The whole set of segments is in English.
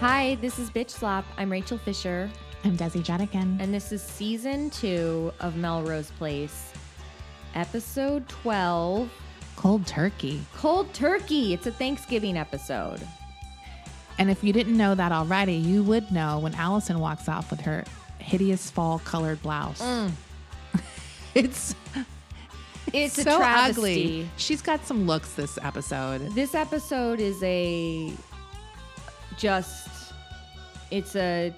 Hi, this is Bitch Slap. I'm Rachel Fisher, I'm Desi Jetikin. and this is season two of Melrose Place, episode 12 Cold turkey. Cold Turkey. It's a Thanksgiving episode. And if you didn't know that already, you would know when Allison walks off with her hideous fall colored blouse. Mm. It's, It's so a travesty. ugly. She's got some looks this episode. This episode is a just it's a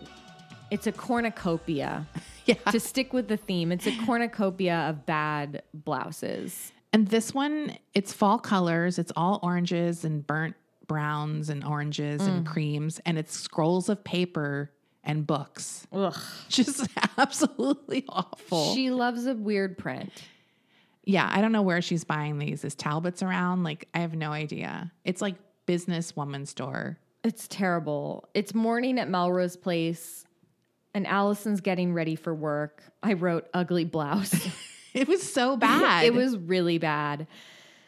it's a cornucopia. Yeah. To stick with the theme, it's a cornucopia of bad blouses. And this one, it's fall colors. It's all oranges and burnt browns and oranges and Mm. creams. And it's scrolls of paper and books. Ugh. Just absolutely awful. She loves a weird print. Yeah, I don't know where she's buying these. Is Talbot's around? Like, I have no idea. It's like businesswoman store. It's terrible. It's morning at Melrose Place and Allison's getting ready for work. I wrote ugly blouse. It was so bad. it was really bad.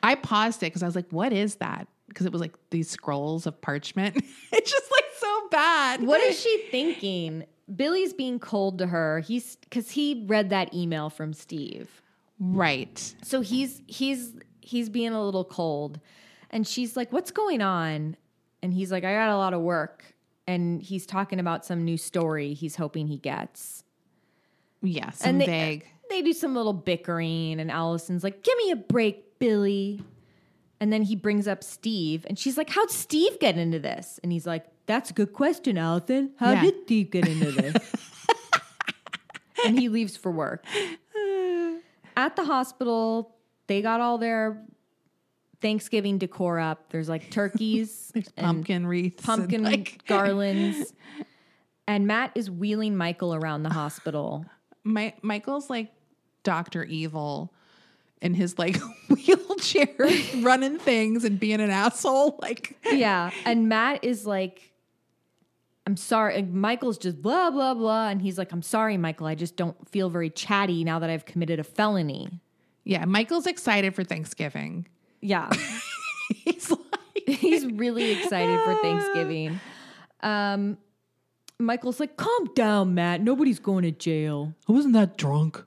I paused it because I was like, "What is that?" Because it was like these scrolls of parchment. it's just like so bad. What is she thinking? Billy's being cold to her. He's because he read that email from Steve. Right. So he's he's he's being a little cold. And she's like, What's going on? And he's like, I got a lot of work. And he's talking about some new story he's hoping he gets. Yeah. Some and they, vague. They do some little bickering, and Allison's like, "Give me a break, Billy." And then he brings up Steve, and she's like, "How'd Steve get into this?" And he's like, "That's a good question, Allison. How Yeah. did Steve get into this?" and he leaves for work. At the hospital, they got all their Thanksgiving decor up. There's like turkeys, and- pumpkin wreaths. and, pumpkin like, garlands. And Matt is wheeling Michael around the hospital. My Michael's like Doctor Evil in his like wheelchair, running things and being an asshole. Like, yeah. And Matt is like, I'm sorry. And Michael's just blah, blah, blah. And he's like, I'm sorry, Michael. I just don't feel very chatty now that I've committed a felony. yeah. Michael's excited for Thanksgiving. Yeah. He's like, he's really excited for Thanksgiving. Um, Michael's like, calm down, Matt. Nobody's going to jail. I wasn't that drunk.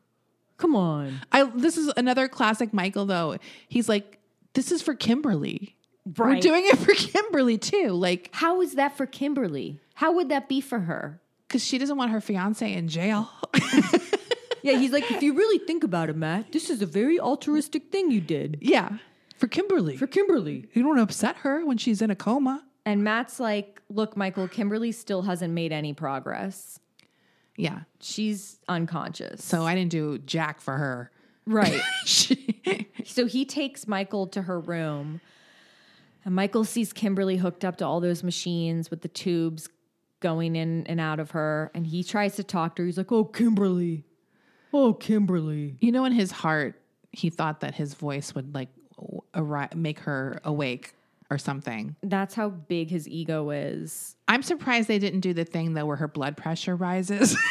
Come on. I this is another classic Michael though. He's like, this is for Kimberly. We're doing it for Kimberly too. Like, How is that for Kimberly? How would that be for her? because she doesn't want her fiance in jail. Yeah, he's like, if you really think about it, Matt, this is a very altruistic thing you did yeah. For Kimberly. Kimberly. you don't want to upset her when she's in a coma. And Matt's like, look, Michael, Kimberly still hasn't made any progress. Yeah. She's unconscious. So I didn't do Jack for her. right. She- so he takes Michael to her room. And Michael sees Kimberly hooked up to all those machines with the tubes going in and out of her. And he tries to talk to her. He's like, oh, Kimberly. Oh, Kimberly. you know, in his heart, he thought that his voice would like arri- make her awake or something. That's how big his ego is. I'm surprised they didn't do the thing though where her blood pressure rises.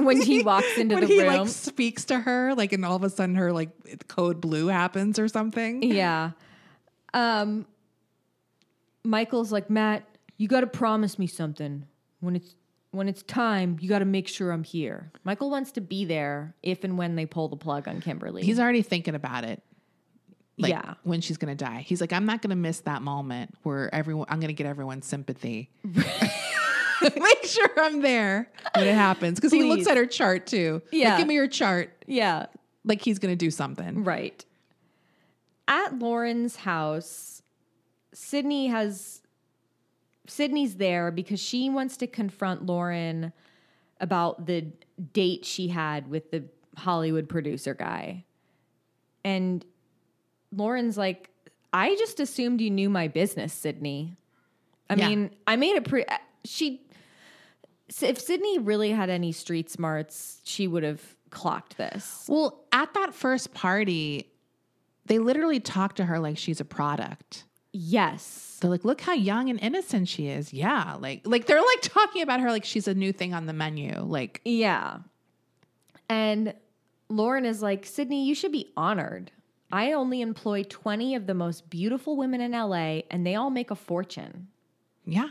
When he walks into when the he room. like speaks to her, like, and all of a sudden her like code blue happens or something. Yeah. Um Michael's like, "Matt, you got to promise me something. When it's when it's time, you got to make sure I'm here." Michael wants to be there if and when they pull the plug on Kimberly. He's already thinking about it. like Yeah. when she's gonna die. He's like, I'm not gonna miss that moment where everyone I'm gonna get everyone's sympathy. Make sure I'm there when it happens. Because he looks Please. at her chart too. Like, Yeah. give me your chart. Yeah. Like he's gonna do something. Right. At Lauren's house, Sydney has Sydney's there because she wants to confront Lauren about the date she had with the Hollywood producer guy. And Lauren's like, "I just assumed you knew my business, Sydney." I Yeah. mean, I made a pre she S- if Sydney really had any street smarts, she would have clocked this. Well, at that first party, they literally talk to her like she's a product. Yes. They're like, look how young and innocent she is. Yeah. Like like they're like talking about her like she's a new thing on the menu. Like Yeah. And Lauren is like, Sydney, you should be honored. I only employ 20 of the most beautiful women in LA, and they all make a fortune. Yeah.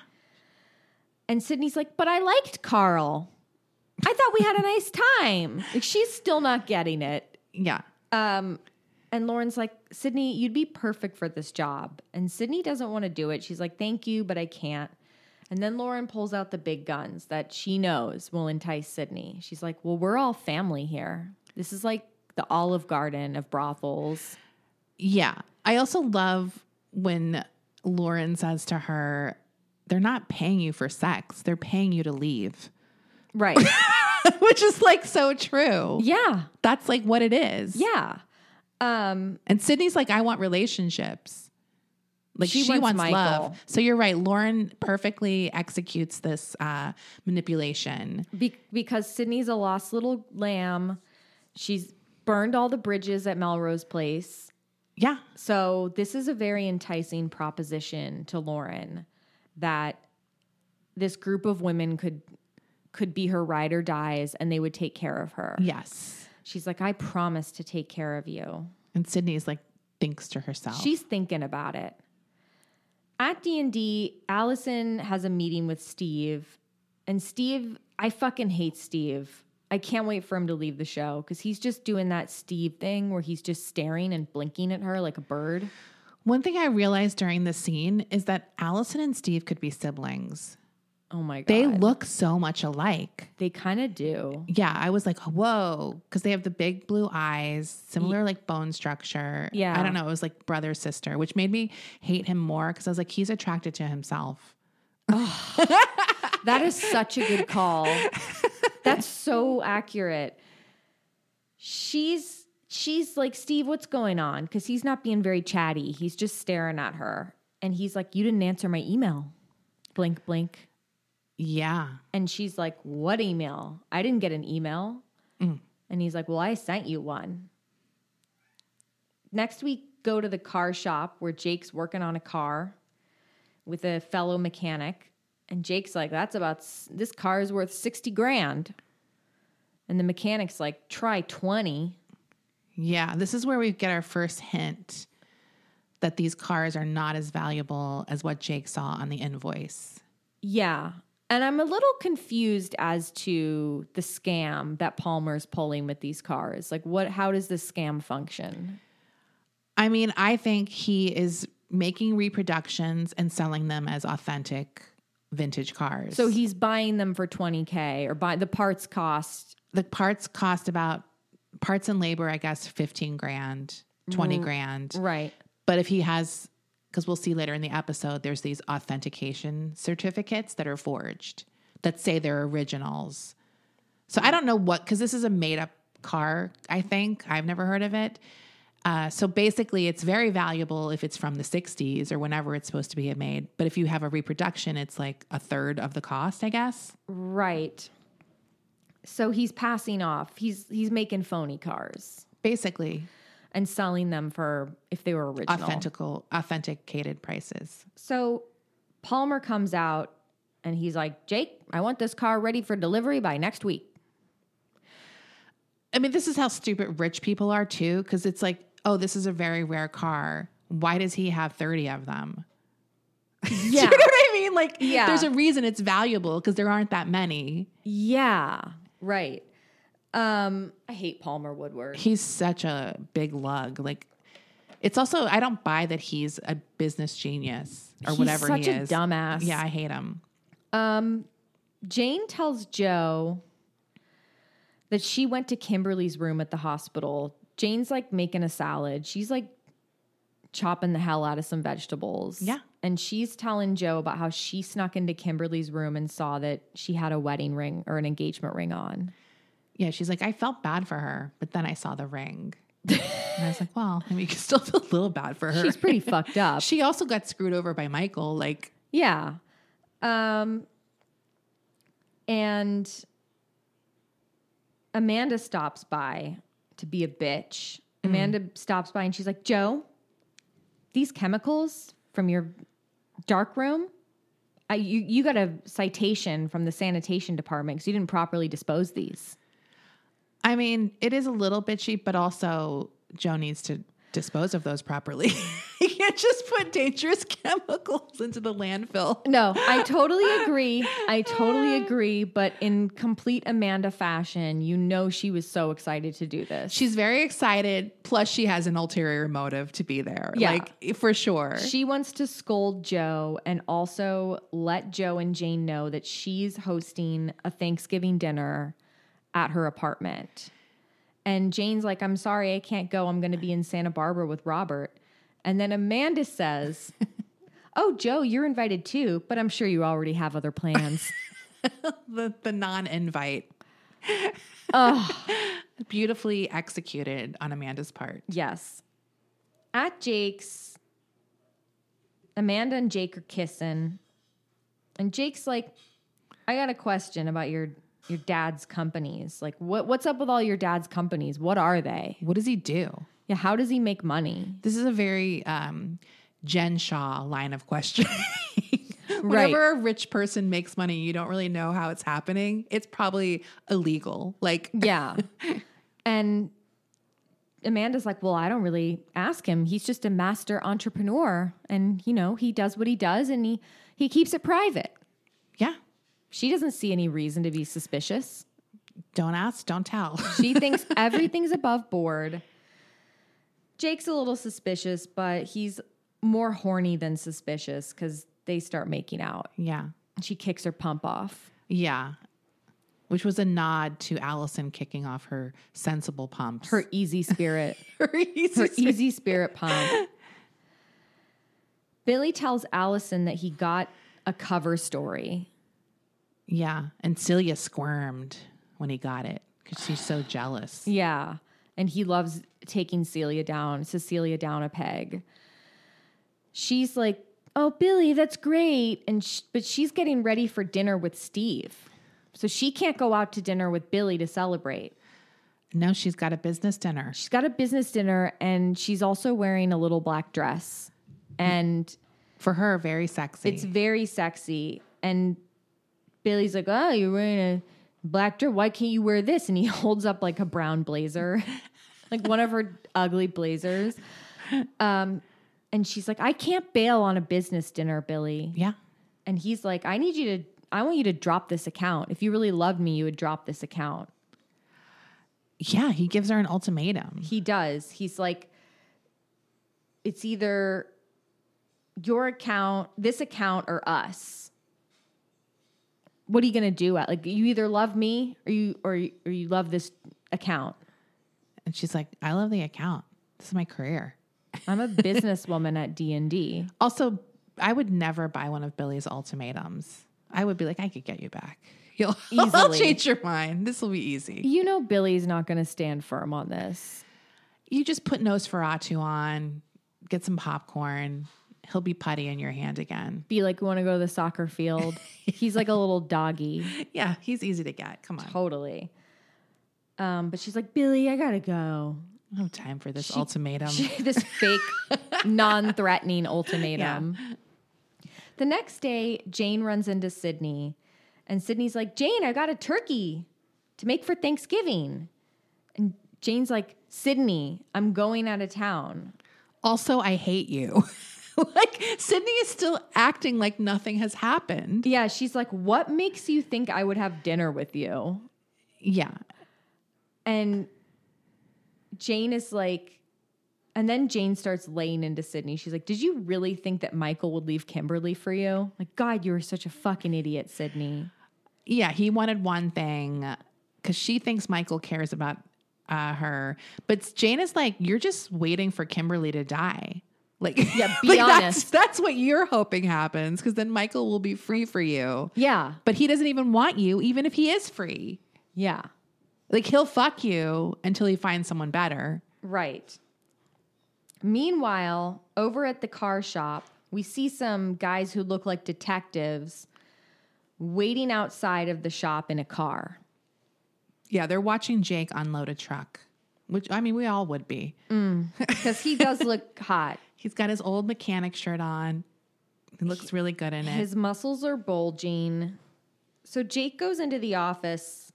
And Sydney's like, But I liked Carl. I thought we had a nice time. Like, she's still not getting it. Yeah. Um, and Lauren's like, Sydney, you'd be perfect for this job. And Sydney doesn't want to do it. She's like, Thank you, but I can't. And then Lauren pulls out the big guns that she knows will entice Sydney. She's like, Well, we're all family here. This is like the olive garden of brothels. Yeah. I also love when Lauren says to her, they're not paying you for sex, they're paying you to leave, Right. which is like so true. yeah. That's like what it is. Yeah. Um, And Sydney's like, I want relationships. Like She she, wants wants, Michael. love. So you're right. Lauren perfectly executes this uh, manipulation. be- because Sydney's a lost little lamb. She's burned all the bridges at Melrose Place. Yeah. So this is a very enticing proposition to Lauren that this group of women could could be her ride or dies and they would take care of her. Yes. She's like, I promise to take care of you. And Sydney's like, thinks to herself. She's thinking about it. At D&D, Allison has a meeting with Steve and Steve, I fucking hate Steve. I can't wait for him to leave the show cuz he's just doing that Steve thing where he's just staring and blinking at her like a bird. One thing I realized during the scene is that Allison and Steve could be siblings. Oh my god. They look so much alike. They kind of do. Yeah, I was like, whoa, because they have the big blue eyes, similar like bone structure. Yeah. I don't know. It was like brother sister, which made me hate him more because I was like, he's attracted to himself. That is such a good call. That's so accurate. She's she's like, "Steve, what's going on?" cuz he's not being very chatty. He's just staring at her. And he's like, "You didn't answer my email." Blink blink. Yeah. And she's like, "What email? I didn't get an email." And he's like, "Well, I sent you one." Next we go to the car shop where Jake's working on a car with a fellow mechanic, and Jake's like, "That's about s- this car is worth 60 grand." And the mechanic's like, "Try 20." Yeah. This is where we get our first hint that these cars are not as valuable as what Jake saw on the invoice. Yeah. And I'm a little confused as to the scam that Palmer's pulling with these cars. Like what how does this scam function? I mean, I think he is making reproductions and selling them as authentic vintage cars. So he's buying them for 20K or buy the parts cost. the parts cost about parts and labor, I guess, 15 grand, 20 grand. Right. But if he has, because we'll see later in the episode, there's these authentication certificates that are forged that say they're originals. So I don't know what, because this is a made up car, I think. I've never heard of it. Uh, so basically, it's very valuable if it's from the 60s or whenever it's supposed to be made. But if you have a reproduction, it's like a third of the cost, I guess. Right. So he's passing off. He's he's making phony cars Basically, and selling them for if they were original. authentical, authenticated prices. So Palmer comes out and he's like, "Jake, I want this car ready for delivery by next week." I mean, this is how stupid rich people are too, because it's like, oh, this is a very rare car. Why does he have 30 of them? Do Yeah. you know what I mean? Like, Yeah. there's a reason it's valuable because there aren't that many. yeah. Right. Um I hate Palmer Woodward. He's such a big lug. Like, It's also I don't buy that he's a business genius or He's whatever such he a is. dumbass. Yeah, I hate him. Jane tells Joe that she went to Kimberly's room at the hospital. Jane's like making a salad. She's like chopping the hell out of some vegetables. Yeah. And she's telling Joe about how she snuck into Kimberly's room and saw that she had a wedding ring or an engagement ring on. Yeah, she's like, I felt bad for her, but then I saw the ring. and I was like, well, I mean, you can still feel a little bad for her. She's pretty fucked up. She also got screwed over by Michael. Like, Yeah. Um and Amanda stops by to be a bitch. Amanda stops by and she's like, "Joe, these chemicals from your dark room, I, you you got a citation from the sanitation department cuz you didn't properly dispose these." I mean, it is a little bit cheap, but also Joe needs to dispose of those properly. you can't just put dangerous chemicals into the landfill. No, I totally agree. I totally agree, but in complete Amanda fashion, you know she was so excited to do this. She's very excited. Plus, she has an ulterior motive to be there. Yeah. Like, for sure. She wants to scold Joe and also let Joe and Jane know that she's hosting a Thanksgiving dinner at her apartment. And Jane's like, I'm sorry, I can't go. I'm going to be in Santa Barbara with Robert. And then Amanda says, Oh, Joe, you're invited too, but I'm sure you already have other plans. the, the non invite. Beautifully executed on Amanda's part. yes. At Jake's, Amanda and Jake are kissing. And Jake's like, I got a question about your your dad's companies. Like what what's up with all your dad's companies? What are they? What does he do? Yeah, how does he make money? This is a very um, Jen Shaw line of questioning. Whenever a rich person makes money, you don't really know how it's happening. It's probably illegal. Like, Yeah. and Amanda's like, well, I don't really ask him. He's just a master entrepreneur and you know, he does what he does and he he keeps it private. yeah, She doesn't see any reason to be suspicious. don't ask, don't tell. She thinks everything's above board. Jake's a little suspicious, but he's more horny than suspicious because they start making out. yeah, She kicks her pump off. yeah. Which was a nod to Allison kicking off her sensible pumps. Her easy spirit, her easy. her easy spirit pump. Billy tells Allison that he got a cover story. yeah, and Celia squirmed when he got it because she's so jealous. Yeah. And he loves taking Celia down, Cecilia down a peg. She's like, "Oh, Billy, that's great." And sh- but she's getting ready for dinner with Steve. So she can't go out to dinner with Billy to celebrate. No, she's got a business dinner. She's got a business dinner and she's also wearing a little black dress. And For her, very sexy. It's very sexy. And Billy's like, oh, you're wearing a black dress. Why can't you wear this? And he holds up like a brown blazer, like one of her ugly blazers. Um, and she's like, I can't bail on a business dinner, Billy. yeah. And he's like, I need you to, I want you to drop this account. If you really loved me, you would drop this account. Yeah, he gives her an ultimatum. He does. He's like, it's either your account, this account, or us. What are you gonna do? Like, you either love me or you or you- or you love this account. And she's like, I love the account. This is my career. I'm a businesswoman at D and D. Also, I would never buy one of Billy's ultimatums. I would be like, I could get you back. You'll I'll Easily. change your mind. This will be easy. You know, Billy's not gonna stand firm on this. You just put Nosferatu on, get some popcorn. He'll be putty in your hand again. Be like, we want to go to the soccer field. He's like a little doggy. Yeah, he's easy to get. Come on. Totally. Um, but she's like, Billy, I gotta go. No time for this ultimatum. this fake, non threatening ultimatum. The next day, Jane runs into Sydney, and Sydney's like, Jane, I got a turkey to make for Thanksgiving. And Jane's like, Sydney, I'm going out of town. also, I hate you. like Sydney is still acting like nothing has happened. Yeah, she's like, What makes you think I would have dinner with you? Yeah. And Jane is like, And then Jane starts laying into Sydney. She's like, Did you really think that Michael would leave Kimberly for you? Like, God, you were such a fucking idiot, Sydney. Yeah, he wanted one thing because she thinks Michael cares about uh, her, but Jane is like, "You're just waiting for Kimberly to die." Like, yeah, be honest. That's, that's what you're hoping happens because then Michael will be free for you. Yeah. But he doesn't even want you, even if he is free. Yeah. Like he'll fuck you until he finds someone better. Right. Meanwhile, over at the car shop, we see some guys who look like detectives waiting outside of the shop in a car. Yeah, they're watching Jake unload a truck, which I mean, we all would be. Because he does look hot. He's got his old mechanic shirt on. He looks really good in it. His muscles are bulging. So Jake goes into the office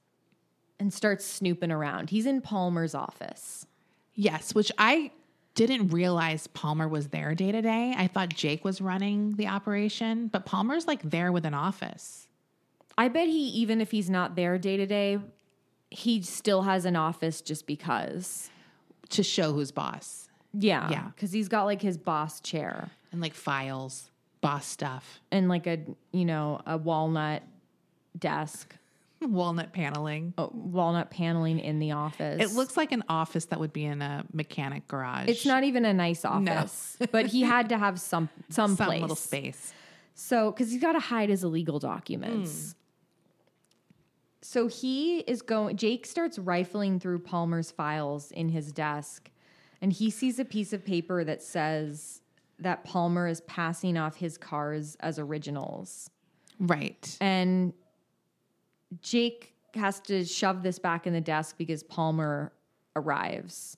and starts snooping around. He's in Palmer's office. yes, which I didn't realize Palmer was there day to day. I thought Jake was running the operation, but Palmer's like there with an office. I bet he, even if he's not there day to day, he still has an office just because. to show who's boss Yeah. Yeah. Because he's got like his boss chair and like files, boss stuff, and like a, you know, a walnut desk, walnut paneling. uh, walnut paneling in the office. It looks like an office that would be in a mechanic garage. It's not even a nice office, but he had to have some some, some place. little space. So, because he's got to hide his illegal documents. So he is going, Jake starts rifling through Palmer's files in his desk, and he sees a piece of paper that says that Palmer is passing off his cars as originals. Right. And Jake has to shove this back in the desk because Palmer arrives.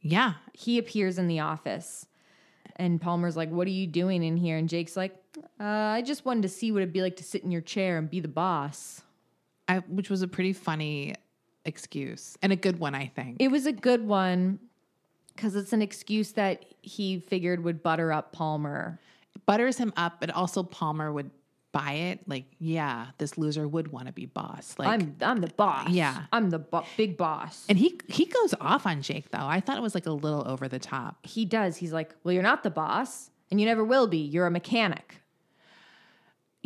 Yeah. He appears in the office. And Palmer's like, What are you doing in here? And Jake's like, uh, I just wanted to see what it'd be like to sit in your chair and be the boss. I, which was a pretty funny excuse and a good one, I think. It was a good one because it's an excuse that he figured would butter up Palmer. Butters him up, but also Palmer would buy it. Like, yeah, this loser would want to be boss. Like, I'm I'm the boss. Yeah. I'm the bo- big boss. and he he goes off on Jake though. I thought it was like a little over the top. he does. He's like, Well, you're not the boss, and you never will be. You're a mechanic.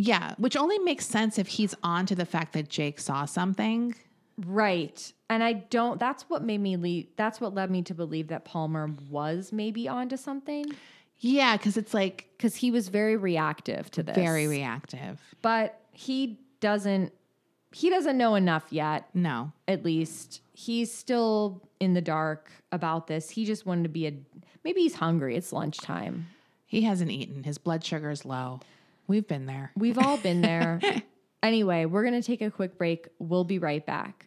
Yeah, which only makes sense if he's on to the fact that Jake saw something. Right. And I don't that's what made me leave that's what led me to believe that Palmer was maybe onto something. Yeah, because it's like Because he was very reactive to this. very reactive. but he doesn't he doesn't know enough yet. No, at least he's still in the dark about this. He just wanted to be a maybe he's hungry. It's lunchtime. he hasn't eaten. His blood sugar's low. We've been there. We've all been there. anyway, we're going to take a quick break. We'll be right back.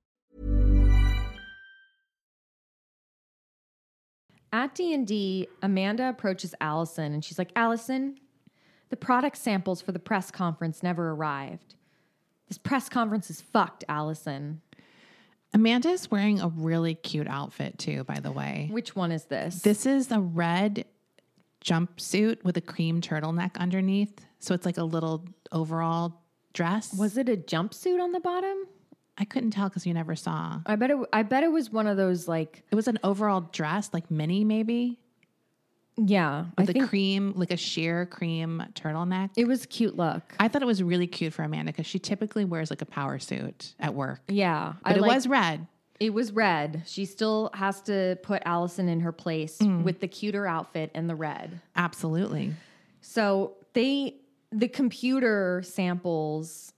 At D&D, Amanda approaches Allison and she's like, "Allison, the product samples for the press conference never arrived. This press conference is fucked, Allison. Amanda is wearing a really cute outfit too, by the way. Which one is this?" This is a red jumpsuit with a cream turtleneck underneath. So it's like a little overall dress. was it a jumpsuit on the bottom? I couldn't tell because you never saw. I bet it I bet it was one of those like It was an overall dress, like mini maybe. Yeah, I with a think cream, like a sheer cream turtleneck. it was cute look. I thought it was really cute for Amanda because she typically wears like a power suit at work. yeah, But I it like- was red. It was red. She still has to put Allison in her place with the cuter outfit and the red. Absolutely. So they the computer samples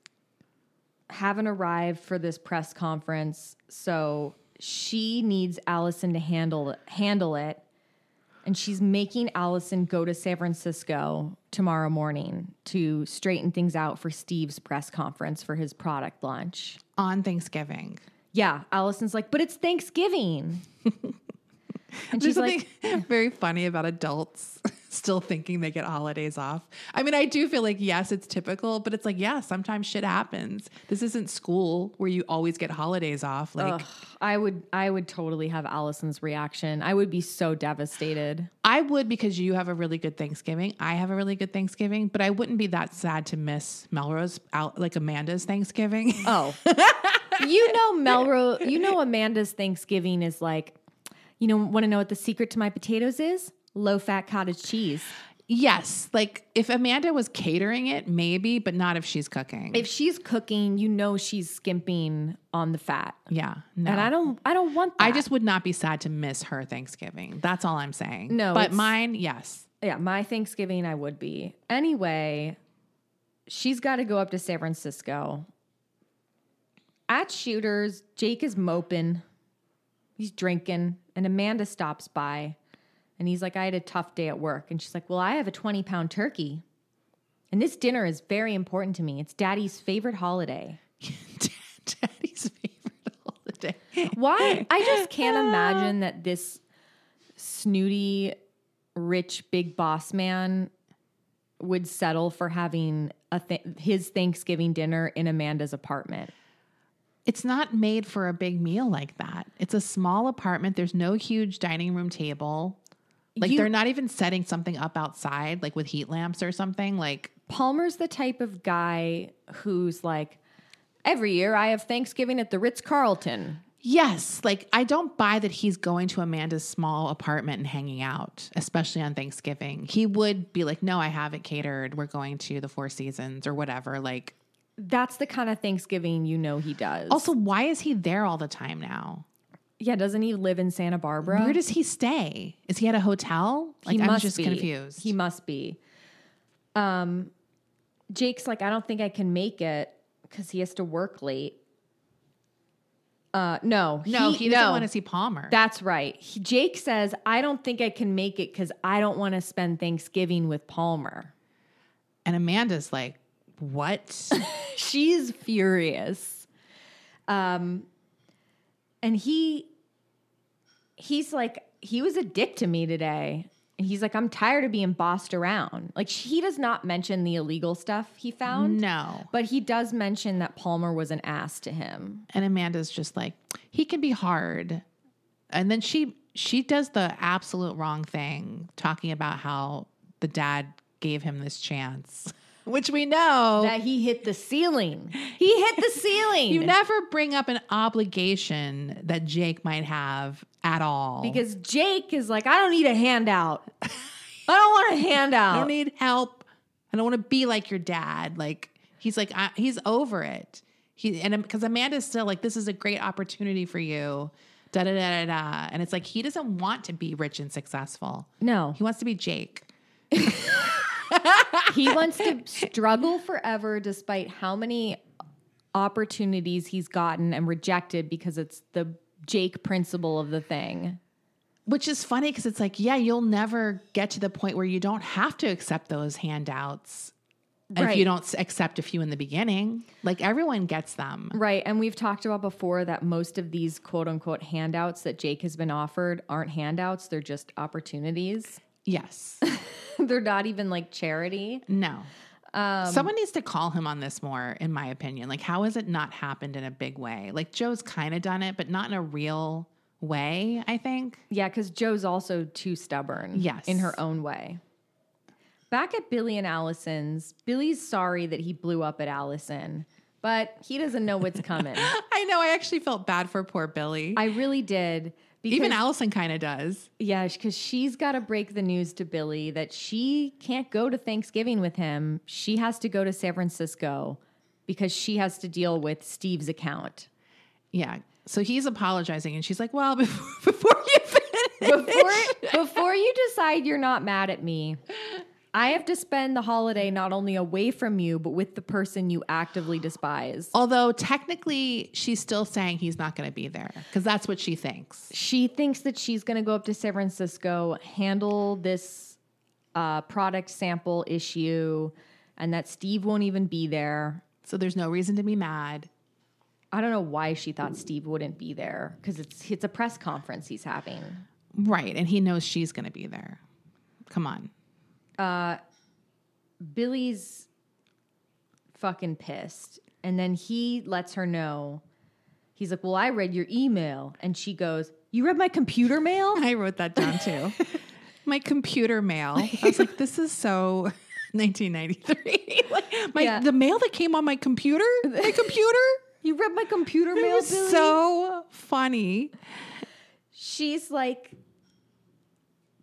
haven't arrived for this press conference, so she needs Allison to handle handle it. And she's making Allison go to San Francisco tomorrow morning to straighten things out for Steve's press conference for his product launch. On Thanksgiving. Yeah, Allison's like, but it's Thanksgiving. and There's she's like, something very funny about adults still thinking they get holidays off. I mean, I do feel like, yes, it's typical, but it's like, yeah, sometimes shit happens. This isn't school where you always get holidays off. Like, I would I would totally have Allison's reaction. I would be so devastated. I would because you have a really good Thanksgiving. I have a really good Thanksgiving, but I wouldn't be that sad to miss Melrose out like Amanda's Thanksgiving. Oh. you know Melrose, you know Amanda's Thanksgiving is like, you know, want to know what the secret to my potatoes is? Low fat cottage cheese. yes, like if Amanda was catering it, maybe, but not if she's cooking. If she's cooking, you know she's skimping on the fat. yeah, no. And I don't I don't want that. I just would not be sad to miss her Thanksgiving. That's all I'm saying. No, but it's- mine, yes. yeah, my Thanksgiving I would be. Anyway, she's got to go up to San Francisco. At Shooters, Jake is moping. He's drinking, and Amanda stops by and he's like, I had a tough day at work. And she's like, Well, I have a 20 pound turkey. And this dinner is very important to me. It's daddy's favorite holiday. Daddy's favorite holiday. Why? I just can't imagine that this snooty, rich, big boss man would settle for having a th- his Thanksgiving dinner in Amanda's apartment. It's not made for a big meal like that. It's a small apartment. There's no huge dining room table. Like You- they're not even setting something up outside, like with heat lamps or something. Like Palmer's the type of guy who's like, every year I have Thanksgiving at the Ritz Carlton. Yes, like I don't buy that he's going to Amanda's small apartment and hanging out, especially on Thanksgiving. He would be like, "No, I have it catered. We're going to the Four Seasons or whatever." Like, That's the kind of Thanksgiving you know he does. also, why is he there all the time now? yeah, doesn't he live in Santa Barbara? Where does he stay? Is he at a hotel? Like, he I'm must just be. confused. He must be. Um, Jake's like, I don't think I can make it because he has to work late. Uh, no, no, he, doesn't no. want to see Palmer. That's right. He- Jake says, I don't think I can make it because I don't want to spend Thanksgiving with Palmer. and Amanda's like, "What?" She's furious. Um, and he, he's like, he was a dick to me today. And he's like, I'm tired of being bossed around. Like, he does not mention the illegal stuff he found. no. But he does mention that Palmer was an ass to him. and Amanda's just like, "He can be hard." And then she she does the absolute wrong thing talking about how the dad gave him this chance, which we know That he hit the ceiling. He hit the ceiling. you never bring up an obligation that Jake might have at all. Because Jake is like, I don't need a handout. I don't want a handout. I don't need help. I don't want to be like your dad. Like he's like I, he's over it. He and because Amanda's still like this is a great opportunity for you. Da da da da da. And it's like he doesn't want to be rich and successful. no, He wants to be Jake. he wants to struggle forever despite how many opportunities he's gotten and rejected because it's the Jake principle of the thing. Which is funny because it's like, yeah, you'll never get to the point where you don't have to accept those handouts if you Right. don't s- accept a few in the beginning. Like everyone gets them. Right. And we've talked about before that most of these quote unquote handouts that Jake has been offered aren't handouts, they're just opportunities. Yes. they're not even like charity. No. Someone needs to call him on this more, in my opinion. Like, how has it not happened in a big way? Like, Joe's kind of done it, but not in a real way, I think. Yeah, because Joe's also too stubborn. Yes. In her own way. Back at Billy and Allison's, Billy's sorry that he blew up at Allison, but he doesn't know what's coming. I know. I actually felt bad for poor Billy. I really did Even Allison kind of does. Yeah, because she's got to break the news to Billy that she can't go to Thanksgiving with him. She has to go to San Francisco because she has to deal with Steve's account. Yeah. So he's apologizing, and she's like, "Well, before, before you finish, Before, before you decide you're not mad at me, I have to spend the holiday not only away from you, but with the person you actively despise. Although technically, she's still saying he's not going to be there because that's what she thinks. She thinks that she's going to go up to San Francisco, handle this uh, product sample issue, and that Steve won't even be there. So there's no reason to be mad. I don't know why she thought Steve wouldn't be there because it's it's a press conference he's having. Right. And he knows she's going to be there. Come on. Billy's fucking pissed, and then he lets her know. He's like, "Well, I read your email," and she goes, "You read my computer mail?" I wrote that down too. my computer mail. I was like, this is so 1993. like, my Yeah. the mail that came on my computer. My computer. You read my computer It mail, was Billy? so funny. she's like,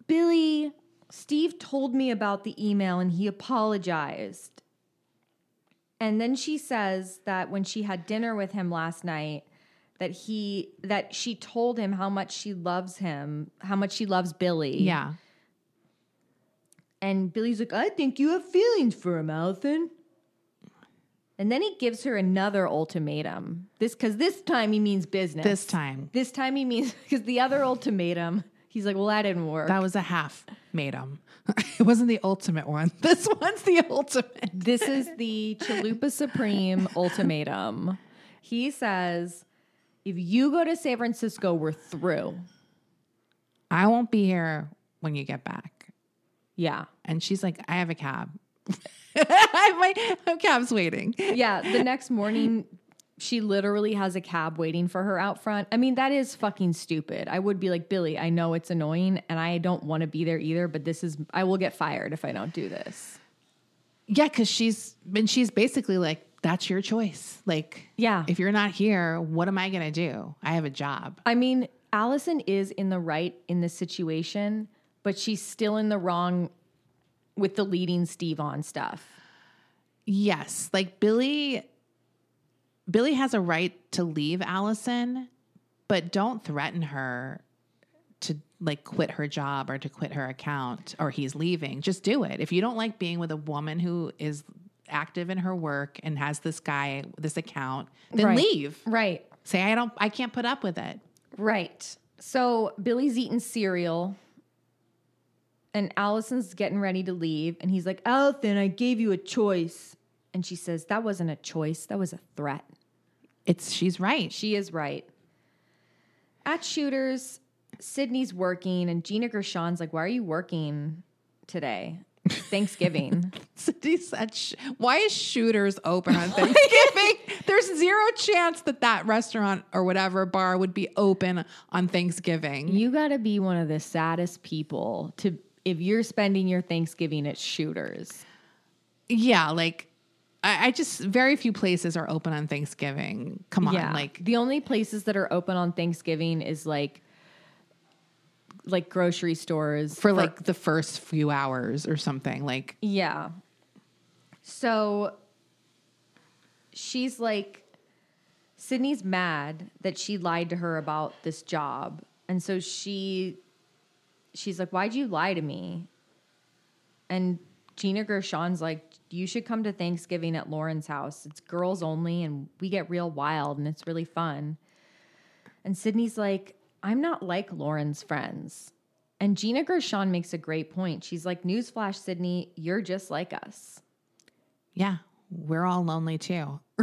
Billy, Steve told me about the email and he apologized. And then she says that when she had dinner with him last night, that he that she told him how much she loves him, how much she loves Billy. Yeah. And Billy's like, I think you have feelings for him, Allison. And then he gives her another ultimatum. This because this time he means business. This time. This time he means because the other ultimatum, he's like, well, that didn't work. That was a half madam. it wasn't the ultimate one. This one's the ultimate. this is the Chalupa Supreme ultimatum. He says, if you go to San Francisco, we're through. I won't be here when you get back. Yeah. And she's like, I have a cab. my, my cab's waiting. Yeah. The next morning, she literally has a cab waiting for her out front. I mean, that is fucking stupid. I would be like, Billy, I know it's annoying and I don't want to be there either, but this is, I will get fired if I don't do this. Yeah, because she's and she's basically like, that's your choice. Like, Yeah. if you're not here, what am I gonna do? I have a job. I mean, Allison is in the right in this situation, but she's still in the wrong with the leading Steve on stuff. Yes, like Billy. Billy has a right to leave Allison, but don't threaten her to like quit her job or to quit her account or he's leaving. Just do it. If you don't like being with a woman who is active in her work and has this guy, this account, then Right. leave. Right, Say I don't I can't put up with it. right. So Billy's eating cereal and Allison's getting ready to leave. And he's like, Allison, I gave you a choice. And she says, That wasn't a choice, that was a threat. It's she's right. She is right. At Shooters, Sydney's working, and Gina Gershon's like, Why are you working today? Thanksgiving. Cindy's such. Why is Shooters open on Thanksgiving? There's zero chance that that restaurant or whatever bar would be open on Thanksgiving. You got to be one of the saddest people to if you're spending your Thanksgiving at Shooters. yeah, like I, I just very few places are open on Thanksgiving. Come on, like the only places that are open on Thanksgiving is like like grocery stores for like the first few hours or something. Like yeah. So she's like Sydney's mad that she lied to her about this job. And so she she's like, Why'd you lie to me? And Gina Gershon's like, You should come to Thanksgiving at Lauren's house. It's girls only and we get real wild and it's really fun. And Sydney's like, I'm not like Lauren's friends. And Gina Gershon makes a great point. She's like, Newsflash, Sydney, you're just like us. yeah, we're all lonely too.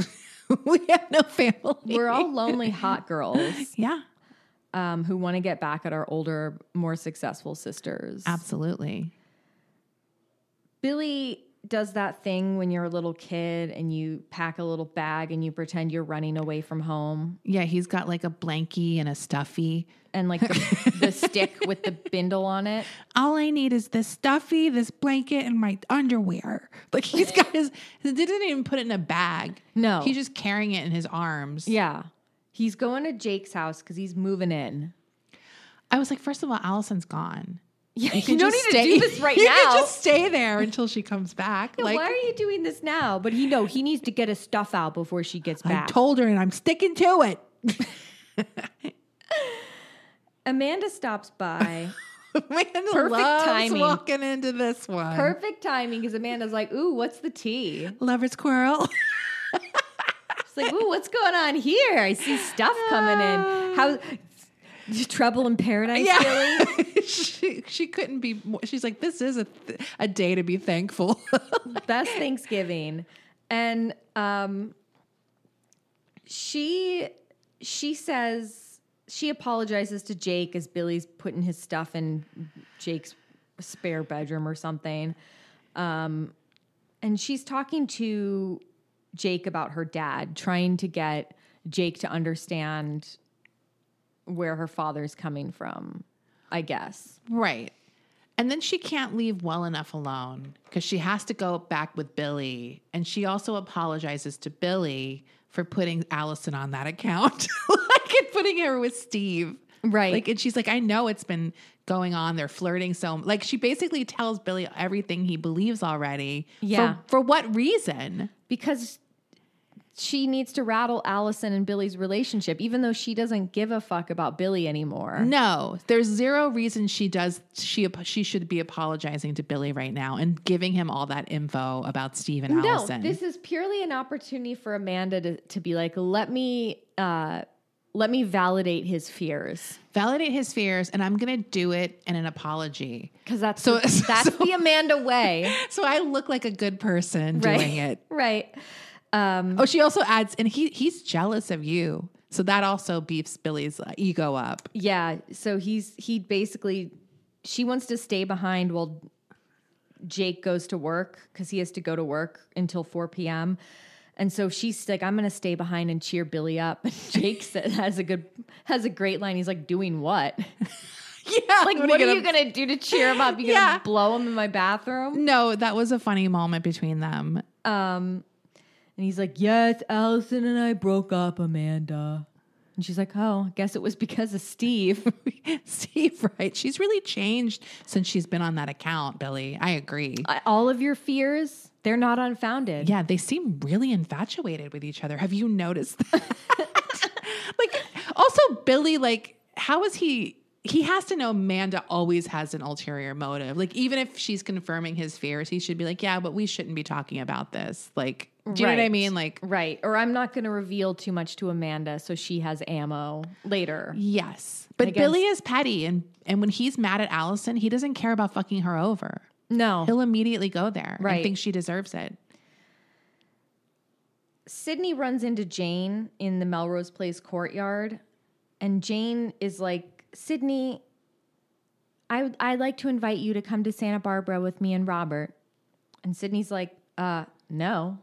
we have no family. We're all lonely hot girls yeah, um, who want to get back at our older, more successful sisters. absolutely. Billy does that thing when you're a little kid and you pack a little bag and you pretend you're running away from home Yeah, he's got like a blankie and a stuffy. and like the, the stick with the bindle on it. all I need is this stuffy, this blanket, and my underwear. Like he's got his, he didn't even put it in a bag. No. He's just carrying it in his arms. Yeah. He's going to Jake's house because he's moving in. I was like, first of all, Allison's gone. Yeah, You you, can don't need just to stay- do this right you now. can just stay there until she comes back. Yeah, like, why are you doing this now? But he no, he needs to get his stuff out before she gets I back. told her, and I'm sticking to it. Amanda stops by. Amanda Perfect loves timing. walking into this one. Perfect timing because Amanda's like, "Ooh, what's the tea?" Lover's quarrel. She's like, "Ooh, what's going on here? I see stuff coming in. How trouble in paradise, Yeah. Billy?" she, she couldn't be. More, she's like, this is a, th- a day to be thankful. best Thanksgiving. And um she she says she apologizes to Jake as Billy's putting his stuff in Jake's spare bedroom or something. Um and she's talking to Jake about her dad, trying to get Jake to understand where her father's coming from, I guess. right. And then she can't leave well enough alone because she has to go back with Billy. And she also apologizes to Billy for putting Allison on that account, like and putting her with Steve. Right. Like, and she's like, I know it's been going on. They're flirting so like she basically tells Billy everything he believes already. Yeah. For, for what reason? because she needs to rattle Allison and Billy's relationship, even though she doesn't give a fuck about Billy anymore. No, there's zero reason she does. She she should be apologizing to Billy right now and giving him all that info about Steve and No, Allison. this is purely an opportunity for Amanda to, to be like, let me, uh, let me validate his fears Validate his fears, and I'm gonna do it in an apology. because that's So- that's so- the Amanda way, So I look like a good person right? doing it. right? Um, Oh, she also adds, and he he's jealous of you, so that also beefs Billy's uh, ego up. yeah. So he's he basically she wants to stay behind while Jake goes to work because he has to go to work until 4 p.m. And so she's like, I'm gonna stay behind and cheer Billy up. And Jake said, has a good has a great line. He's like, doing what? Yeah, Like, what are you gonna do to cheer him up? You Yeah. gonna blow him in my bathroom? No, that was a funny moment between them. Um, and he's like, Yes, Allison and I broke up, Amanda. And she's like, Oh, I guess it was because of Steve. Steve, right? She's really changed since she's been on that account, Billy. I agree. I- All of your fears, they're not unfounded. Yeah, they seem really infatuated with each other. Have you noticed that? like, also, Billy, like, how is he? He has to know Amanda always has an ulterior motive. Like, even if she's confirming his fears, he should be like, yeah, but we shouldn't be talking about this. Like, do you know what I Right. mean? Like, Right. Or I'm not going to reveal too much to Amanda so she has ammo later. yes. But Against- Billy is petty. And, and when he's mad at Allison, he doesn't care about fucking her over. No. He'll immediately go there and Right. think she deserves it. Sydney runs into Jane in the Melrose Place courtyard and Jane is like, "Sydney, I would I'd like to invite you to come to Santa Barbara with me and Robert." And Sydney's like, "Uh, no.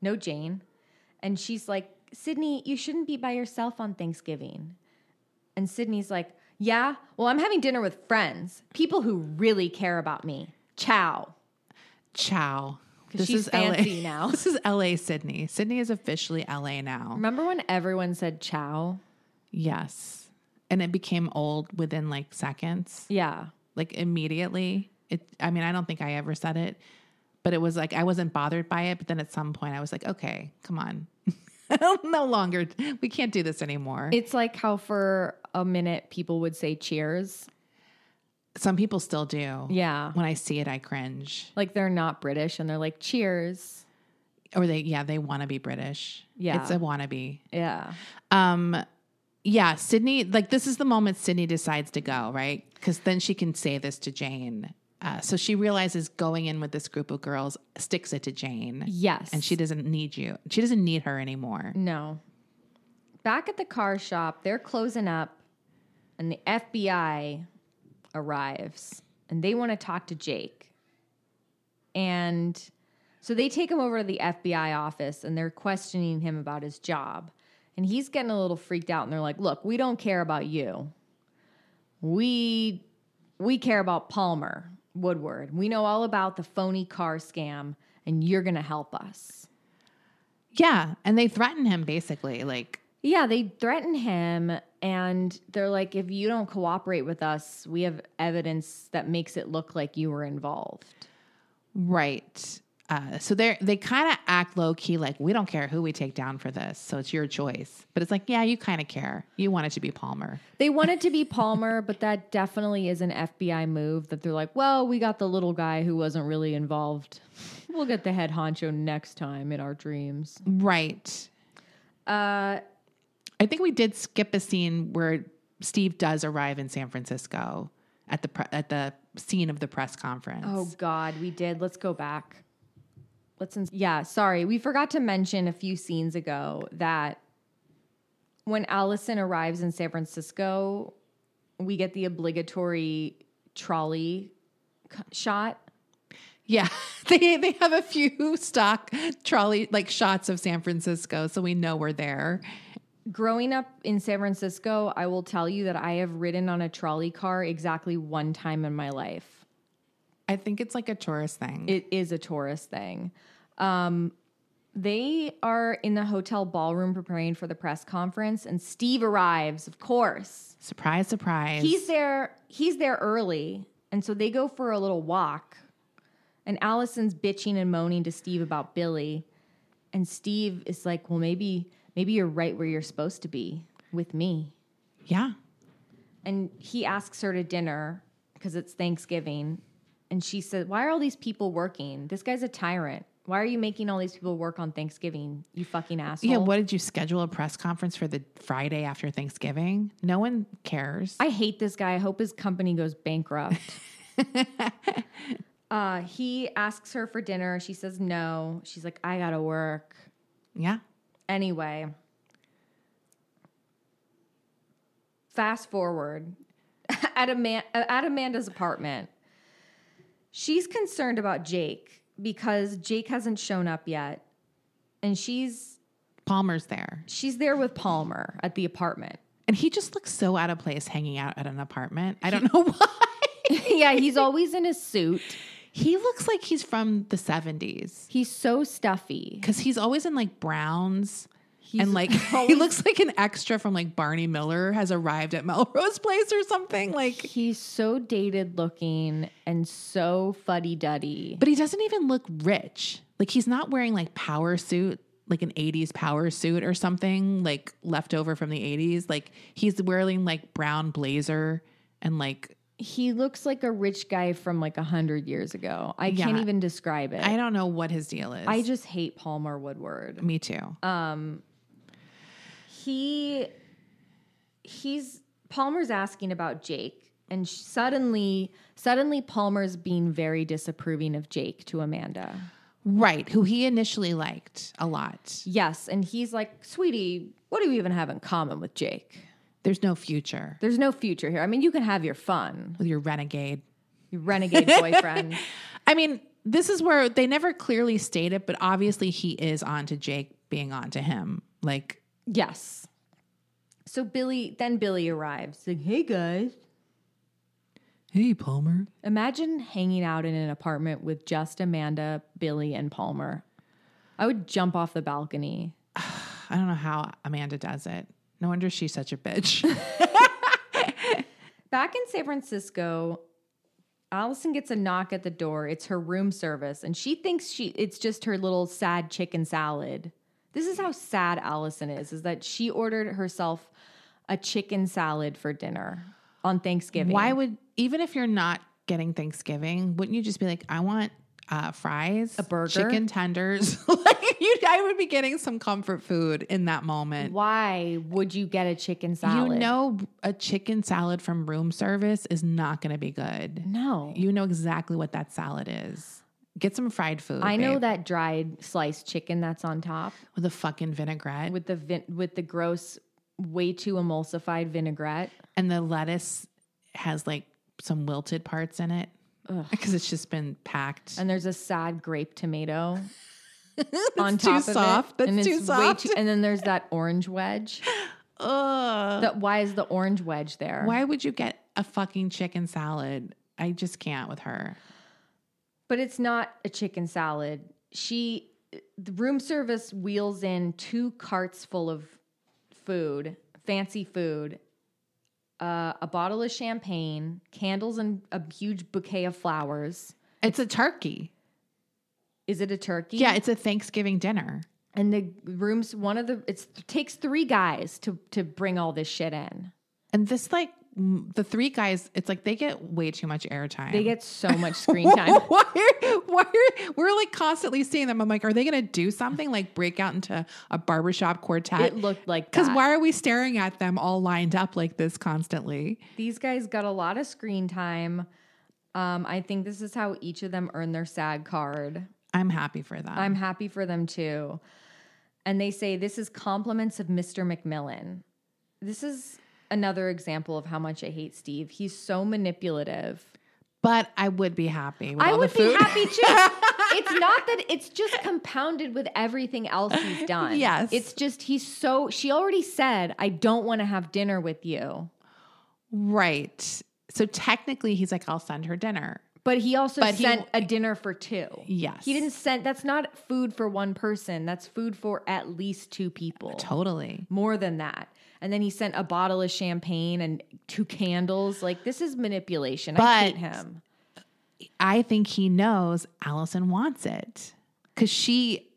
No, Jane." And she's like, "Sydney, you shouldn't be by yourself on Thanksgiving." And Sydney's like, "Yeah, well, I'm having dinner with friends, people who really care about me. Ciao." Chow. 'Cause she's fancy now. This is LA Sydney. Sydney is officially LA now. Remember when everyone said ciao? Yes. And it became old within like seconds, Yeah. like immediately. It I mean, I don't think I ever said it, but it was like I wasn't bothered by it, but then at some point I was like, "Okay, come on." no longer. We can't do this anymore. It's like how for a minute people would say cheers. Some people still do. Yeah. When I see it, I cringe. Like they're not British and they're like cheers. Or they yeah, they want to be British. Yeah. It's a wannabe. Yeah. Um, yeah, Sydney, like this is the moment Sydney decides to go, right? Because then she can say this to Jane. Uh, so she realizes going in with this group of girls sticks it to Jane. Yes. And she doesn't need you. She doesn't need her anymore. No. Back at the car shop, they're closing up and the FBI arrives and they want to talk to Jake. And so they take him over to the FBI office and they're questioning him about his job. And he's getting a little freaked out and they're like, "Look, we don't care about you. We we care about Palmer Woodward. We know all about the phony car scam and you're going to help us." Yeah. And they threaten him basically, like, Yeah, they threaten him and they're like, if you don't cooperate with us, we have evidence that makes it look like you were involved. Right. Uh, so they they kind of act low key, like we don't care who we take down for this, so it's your choice. But it's like, yeah, you kind of care. You want it to be Palmer. They wanted to be Palmer, but that definitely is an FBI move that they're like, well, we got the little guy who wasn't really involved. We'll get the head honcho next time in our dreams. Right. Uh, I think we did skip a scene where Steve does arrive in San Francisco at the pre- at the scene of the press conference. oh, God, we did. Let's go back. Let's, ins- yeah, sorry. We forgot to mention a few scenes ago that when Allison arrives in San Francisco, we get the obligatory trolley c- shot. Yeah, they they have a few stock trolley like shots of San Francisco, so we know we're there. Growing up in San Francisco, I will tell you that I have ridden on a trolley car exactly one time in my life. I think it's like a tourist thing. It is a tourist thing. Um, they are in the hotel ballroom preparing for the press conference, and Steve arrives, of course. surprise, surprise. He's there, he's there early, and so they go for a little walk. And Allison's bitching and moaning to Steve about Billy. And Steve is like, Well, maybe, maybe you're right where you're supposed to be with me. yeah. and he asks her to dinner because it's Thanksgiving. And she said, Why are all these people working? This guy's a tyrant. Why are you making all these people work on Thanksgiving, you fucking asshole? Yeah, what did you schedule a press conference for the Friday after Thanksgiving? No one cares. I hate this guy. I hope his company goes bankrupt. uh, he asks her for dinner. She says no. She's like, I gotta work. yeah. Anyway, fast forward at, Ama- uh, at Amanda's apartment. She's concerned about Jake because Jake hasn't shown up yet. And she's Palmer's there. she's there with Palmer at the apartment. And he just looks so out of place hanging out at an apartment. I don't know why. yeah, he's always in a suit. He looks like he's from the 70s He's so stuffy. because he's always in like browns. He's and like he looks like an extra from like Barney Miller has arrived at Melrose Place or something like he's so dated looking and so fuddy duddy. but he doesn't even look rich like he's not wearing like power suit like an 80s power suit or something like left over from the 80s like he's wearing like brown blazer and like He looks like a rich guy from like a hundred years ago. I Yeah. can't even describe it. I don't know what his deal is I just hate Palmer Woodward. me too Um, he he's Palmer's asking about Jake, and sh- suddenly, suddenly Palmer's being very disapproving of Jake to Amanda. right who he initially liked a lot Yes, and he's like, "Sweetie, what do you even have in common with Jake? there's no future There's no future here. I mean, you can have your fun, with your renegade you renegade boyfriend." I mean, this is where they never clearly state it, but obviously he is on to Jake being on to him. Like, Yes. So Billy, then Billy arrives. Like, hey guys, hey, Palmer. Imagine hanging out in an apartment with just Amanda, Billy, and Palmer. I would jump off the balcony. I don't know how Amanda does it. No wonder she's such a bitch. Back in San Francisco, Allison gets a knock at the door. It's her room service, and she thinks she it's just her little sad chicken salad. This is how sad Allison is, is that she ordered herself a chicken salad for dinner on Thanksgiving. Why would, even if you're not getting Thanksgiving, wouldn't you just be like, I want uh, fries, a burger? chicken tenders? like, you, I would be getting some comfort food in that moment. why would you get a chicken salad? You know, a chicken salad from room service is not going to be good. No. You know exactly what that salad is. Get some fried food. I know babe, that dried sliced chicken that's on top. with a fucking vinaigrette with the vin- with the gross, way too emulsified vinaigrette. and the lettuce has like some wilted parts in it because it's just been packed. And there's a sad grape tomato on That's top too of soft. it. That's and too it's way soft. and then there's that orange wedge. Ugh. That why is the orange wedge there? Why would you get a fucking chicken salad? I just can't with her. But it's not a chicken salad. She the room service wheels in two carts full of food, fancy food, uh, a bottle of champagne, candles, and a huge bouquet of flowers. It's a turkey. Is it a turkey? Yeah, it's a Thanksgiving dinner. and the rooms. One of the it's, it takes three guys to to bring all this shit in. And this, like, m- the three guys, it's like they get way too much airtime. They get so much screen time. why are, why are, we're like constantly seeing them. I'm like, are they going to do something like break out into a barbershop quartet? it looked like Because that. why are we staring at them all lined up like this constantly? These guys got a lot of screen time. Um, I think this is how each of them earned their SAG card. I'm happy for them. I'm happy for them too. And they say this is compliments of Mr. McMillan. This is another example of how much I hate Steve. He's so manipulative. but I would be happy. With I all would the food. be happy too. it's not that it's just compounded with everything else he's done. Yes. It's just he's so she already said, I don't want to have dinner with you. right. So technically, he's like, I'll send her dinner. But he also But he- sent a dinner for two. Yes. He didn't send that's not food for one person. That's food for at least two people. Totally. More than that. And then he sent a bottle of champagne and two candles. Like this is manipulation. I hate But- him. I think he knows Allison wants it because she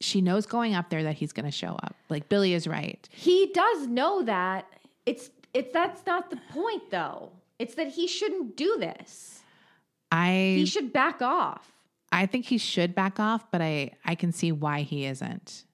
she knows going up there that he's going to show up. Like Billy is right. He does know that. It's it's that's not the point though. It's that he shouldn't do this. I He should back off. I think he should back off, but I I can see why he isn't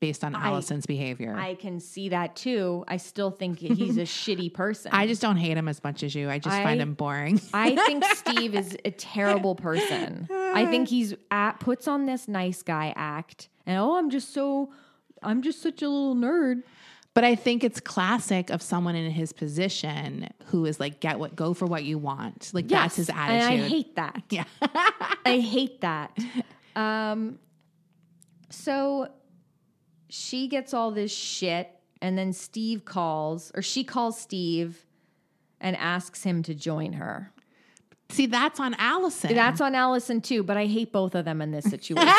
based on Allison's behavior. I, I can see that too. I still think he's a shitty person. just don't hate him as much as you. I just find I- him boring. I think Steve is a terrible person. I think he's at, puts on this nice guy act, and oh, I'm just so, I'm just such a little nerd. But I think it's classic of someone in his position who is like, get what, go for what you want. Like that's his attitude. And I hate that. Yeah. I hate that. Um, so she gets all this shit, and then Steve calls, or she calls Steve and asks him to join her. See, that's on Allison. That's on Allison too, but I hate both of them in this situation.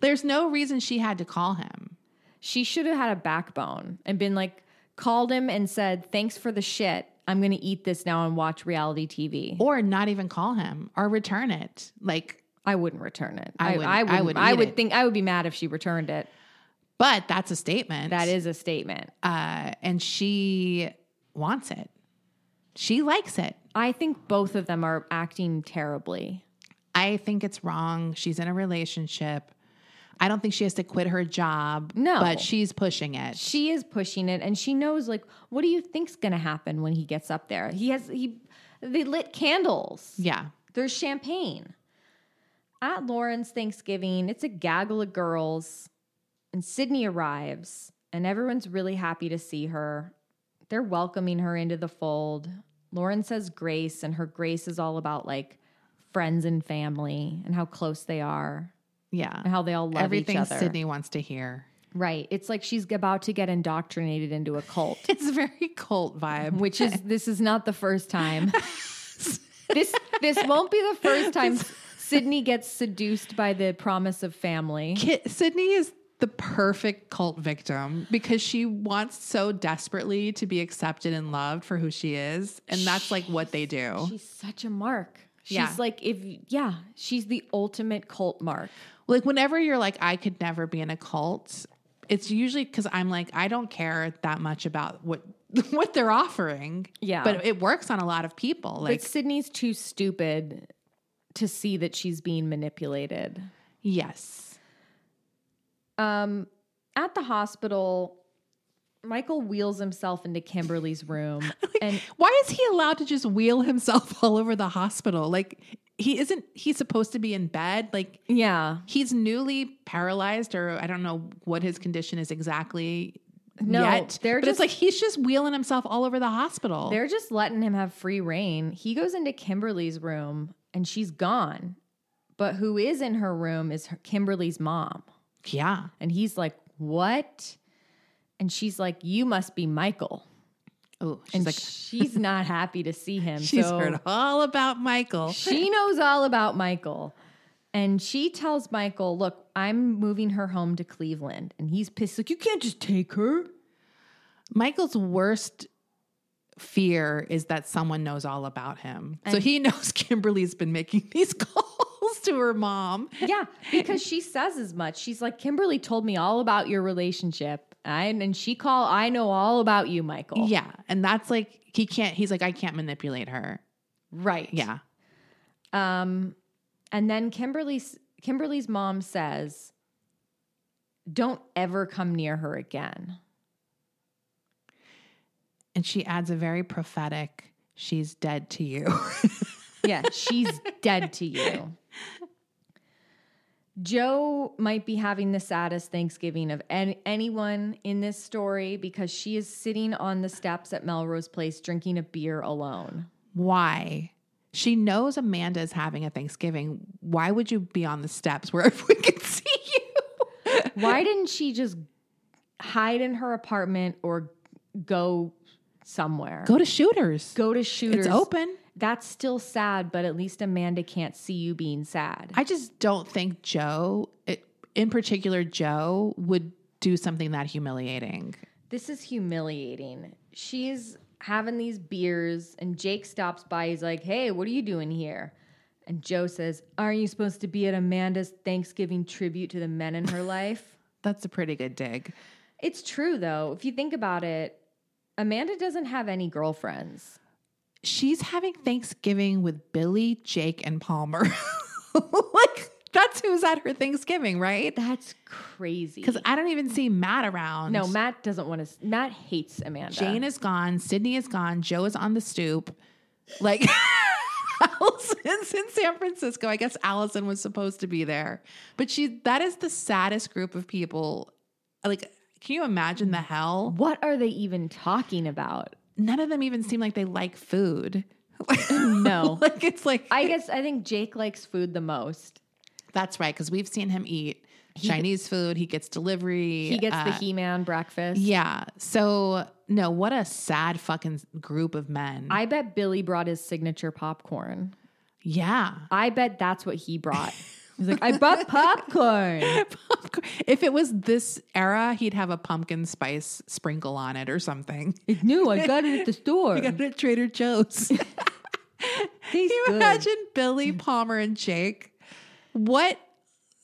There's no reason she had to call him. she should have had a backbone and been like, called him and said, Thanks for the shit. I'm going to eat this now and watch reality TV. Or not even call him or return it. Like, I wouldn't return it. I I, would- I would. I I would would, eat it. think I would be mad if she returned it. but that's a statement. That is a statement. Uh, and she wants it. She likes it. I think both of them are acting terribly. I think it's wrong. She's in a relationship. I don't think she has to quit her job. No. But she's pushing it. She is pushing it, and she knows. Like, what do you think's going to happen when he gets up there? He has he. They lit candles. yeah. There's champagne. At Lauren's Thanksgiving, it's a gaggle of girls, and Sydney arrives, and everyone's really happy to see her. They're welcoming her into the fold. Lauren says grace, and her grace is all about like friends and family and how close they are Yeah. and how they all love Everything each other. Sydney wants to hear. Right. It's like she's about to get indoctrinated into a cult, It's a very cult vibe. which is this is not the first time. this this won't be the first time Sydney gets seduced by the promise of family. Ki- Sydney is the perfect cult victim because she wants so desperately to be accepted and loved for who she is, and that's like what they do. She's such a mark. She's Yeah. like if yeah, she's the ultimate cult mark. Like whenever you're like, I could never be in a cult, it's usually because I'm like, I don't care that much about what what they're offering. Yeah. but it works on a lot of people. Like, but Sydney's too stupid to see that she's being manipulated. yes, Um, at the hospital, Michael wheels himself into Kimberly's room and why is he allowed to just wheel himself all over the hospital? Like, he isn't. He's supposed to be in bed. Like, yeah. He's newly paralyzed, or I don't know what his condition is exactly No, yet. they're but just- it's like he's just wheeling himself all over the hospital. They're just letting him have free reign. He goes into Kimberly's room and she's gone. But who is in her room is her, Kimberly's mom. yeah, And he's like, What? And she's like, You must be Michael. oh, she's And like she's not happy to see him. she's so heard all about Michael. she knows all about Michael. And she tells Michael, Look, I'm moving her home to Cleveland. And he's pissed, like, You can't just take her. Michael's worst fear is that someone knows all about him. so And- he knows Kimberly's been making these calls to her mom. Yeah, because she says as much. She's like, Kimberly told me all about your relationship. I, and she call, I know all about you, Michael. Yeah. And that's like, he can't, he's like, I can't manipulate her. Right. Yeah. Um, and then Kimberly's Kimberly's mom says, "Don't ever come near her again." And she adds a very prophetic, she's dead to you. Yeah, she's dead to you. Joe might be having the saddest Thanksgiving of an- anyone in this story because she is sitting on the steps at Melrose Place drinking a beer alone. Why? She knows Amanda is having a Thanksgiving. Why would you be on the steps where everyone can see you? Why didn't she just hide in her apartment or go somewhere? Go to shooters. Go to shooters. It's open. That's still sad, but at least Amanda can't see you being sad. I just don't think Joe, it, in particular Joe, would do something that humiliating. this is humiliating. She's having these beers, and Jake stops by. He's like, Hey, what are you doing here? And Joe says, Aren't you supposed to be at Amanda's Thanksgiving tribute to the men in her life? That's a pretty good dig. It's true, though. If you think about it, Amanda doesn't have any girlfriends. She's having Thanksgiving with Billy, Jake, and Palmer. like, that's who's at her Thanksgiving, right? That's crazy. Because I don't even see Matt around. no, Matt doesn't want to. Matt hates Amanda. Jane is gone. Sydney is gone. Joe is on the stoop. Like Allison's in San Francisco. I guess Allison was supposed to be there, but she that is the saddest group of people. Like, can you imagine the hell? What are they even talking about? None of them even seem like they like food. No. like it's like I guess I think Jake likes food the most. that's right because we've seen him eat Chinese food. He gets delivery. He gets the uh, He Man breakfast. Yeah. So no, what a sad fucking group of men. I bet Billy brought his signature popcorn. yeah. I bet that's what he brought. He's like, I bought popcorn. Popcorn. If it was this era, he'd have a pumpkin spice sprinkle on it or something. It's new. I got it at the store. We got it at Trader Joe's. Can you good. imagine Billy Palmer and Jake? What,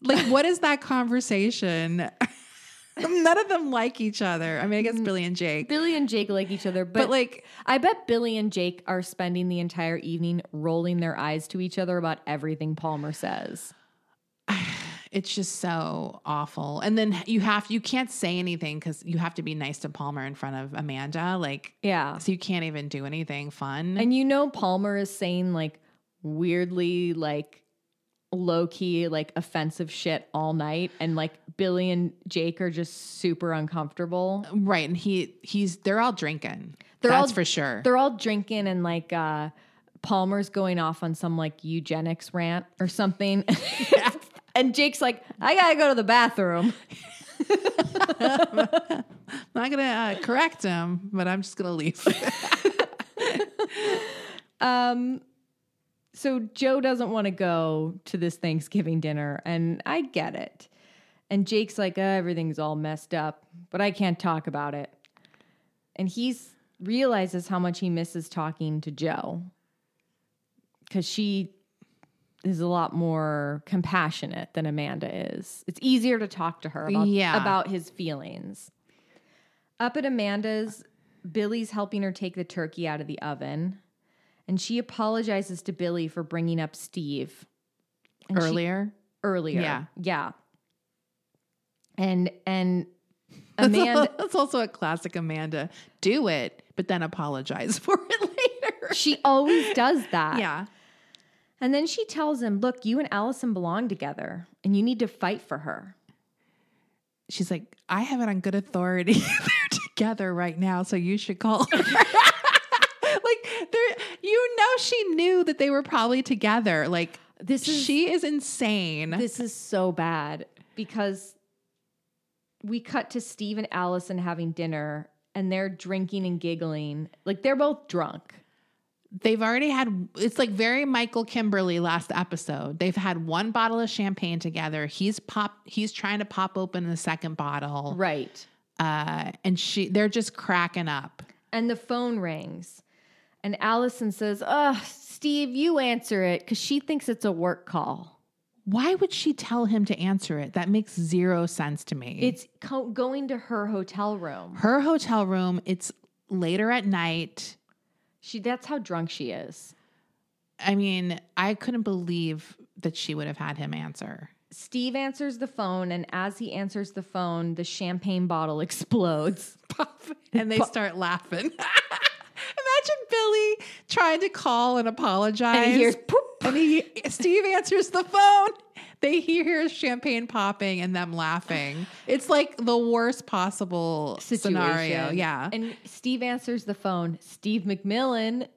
like, what is that conversation? None of them like each other. I mean, I guess Billy and Jake, Mm. Billy and Jake like each other, but, but like, I bet Billy and Jake are spending the entire evening rolling their eyes to each other about everything Palmer says. it's just so awful. And then you have you can't say anything because you have to be nice to Palmer in front of Amanda. Like, Yeah. so you can't even do anything fun. And you know Palmer is saying like weirdly like low key like offensive shit all night and like Billy and Jake are just super uncomfortable. Right, and he he's they're all drinking. They're That's all- for sure. They're all drinking and like uh Palmer's going off on some like eugenics rant or something. and Jake's like, I gotta go to the bathroom. I'm not gonna uh, correct him, but I'm just gonna leave. Um so Joe doesn't want to go to this Thanksgiving dinner, and I get it. And Jake's like, uh, everything's all messed up, but I can't talk about it. And he's realizes how much he misses talking to Joe. Cause she is a lot more compassionate than Amanda is. It's easier to talk to her about, Yeah. about his feelings. Up at Amanda's, Billy's helping her take the turkey out of the oven. And she apologizes to Billy for bringing up Steve And she- Earlier, earlier. Yeah. Yeah. And and That's al- Amanda that's also a classic Amanda. Do it, but then apologize for it later. she always does that. yeah, And then she tells him, "Look, you and Allison belong together and you need to fight for her." she's like, I have it on good authority. they're together right now, so you should call. her." like, they're, you know, she knew that they were probably together. Like, This is she is insane. This is so bad because we cut to Steve and Allison having dinner and they're drinking and giggling. Like they're both drunk. They've already had it's like very Michael Kimberly last episode. They've had one bottle of champagne together. He's pop he's trying to pop open the second bottle. Right. uh, and she they're just cracking up. And the phone rings. And Allison says, Ugh, Steve, you answer it because she thinks it's a work call. Why would she tell him to answer it? That makes zero sense to me. It's co- going to her hotel room. her hotel room. It's later at night. She that's how drunk she is. I mean, I couldn't believe that she would have had him answer. Steve answers the phone, and as he answers the phone, the champagne bottle explodes. and they start laughing. Imagine Billy trying to call and apologize. And he hears poop. And he Steve answers the phone. They hear champagne popping and them laughing. It's like the worst possible Situation. scenario. Yeah. And Steve answers the phone. Steve McMillan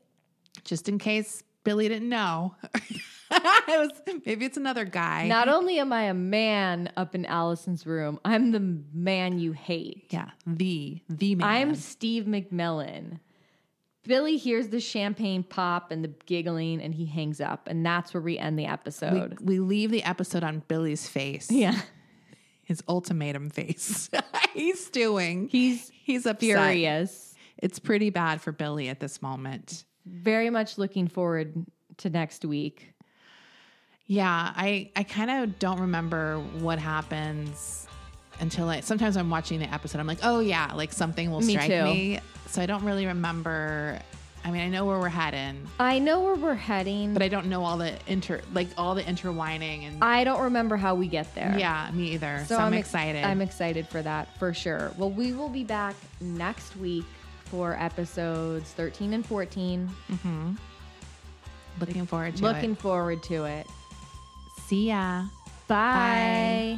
just in case Billy didn't know. it was maybe it's another guy. Not only am I a man up in Allison's room, I'm the man you hate. yeah. The the man. I'm Steve McMillan. Billy hears the champagne pop and the giggling, and he hangs up, and that's where we end the we, episode. we leave the episode on Billy's face. yeah, His ultimatum face. he's stewing. he's he's upset. furious. It's pretty bad for Billy at this moment. Very much looking forward to next week. Yeah, I I kind of don't remember what happens until I sometimes I'm watching the episode. I'm like, oh yeah, like something will Me strike too. me. So I don't really remember. I mean, I know where we're heading, I know where we're heading, but but I don't know all the inter like all the intertwining and I, don't remember how we get there. yeah, me either. So, I'm, ex- excited. I'm excited for that for sure. Well, we will be back next week for episodes 13 and 14. looking forward to Looking it. forward to it. See ya. Bye.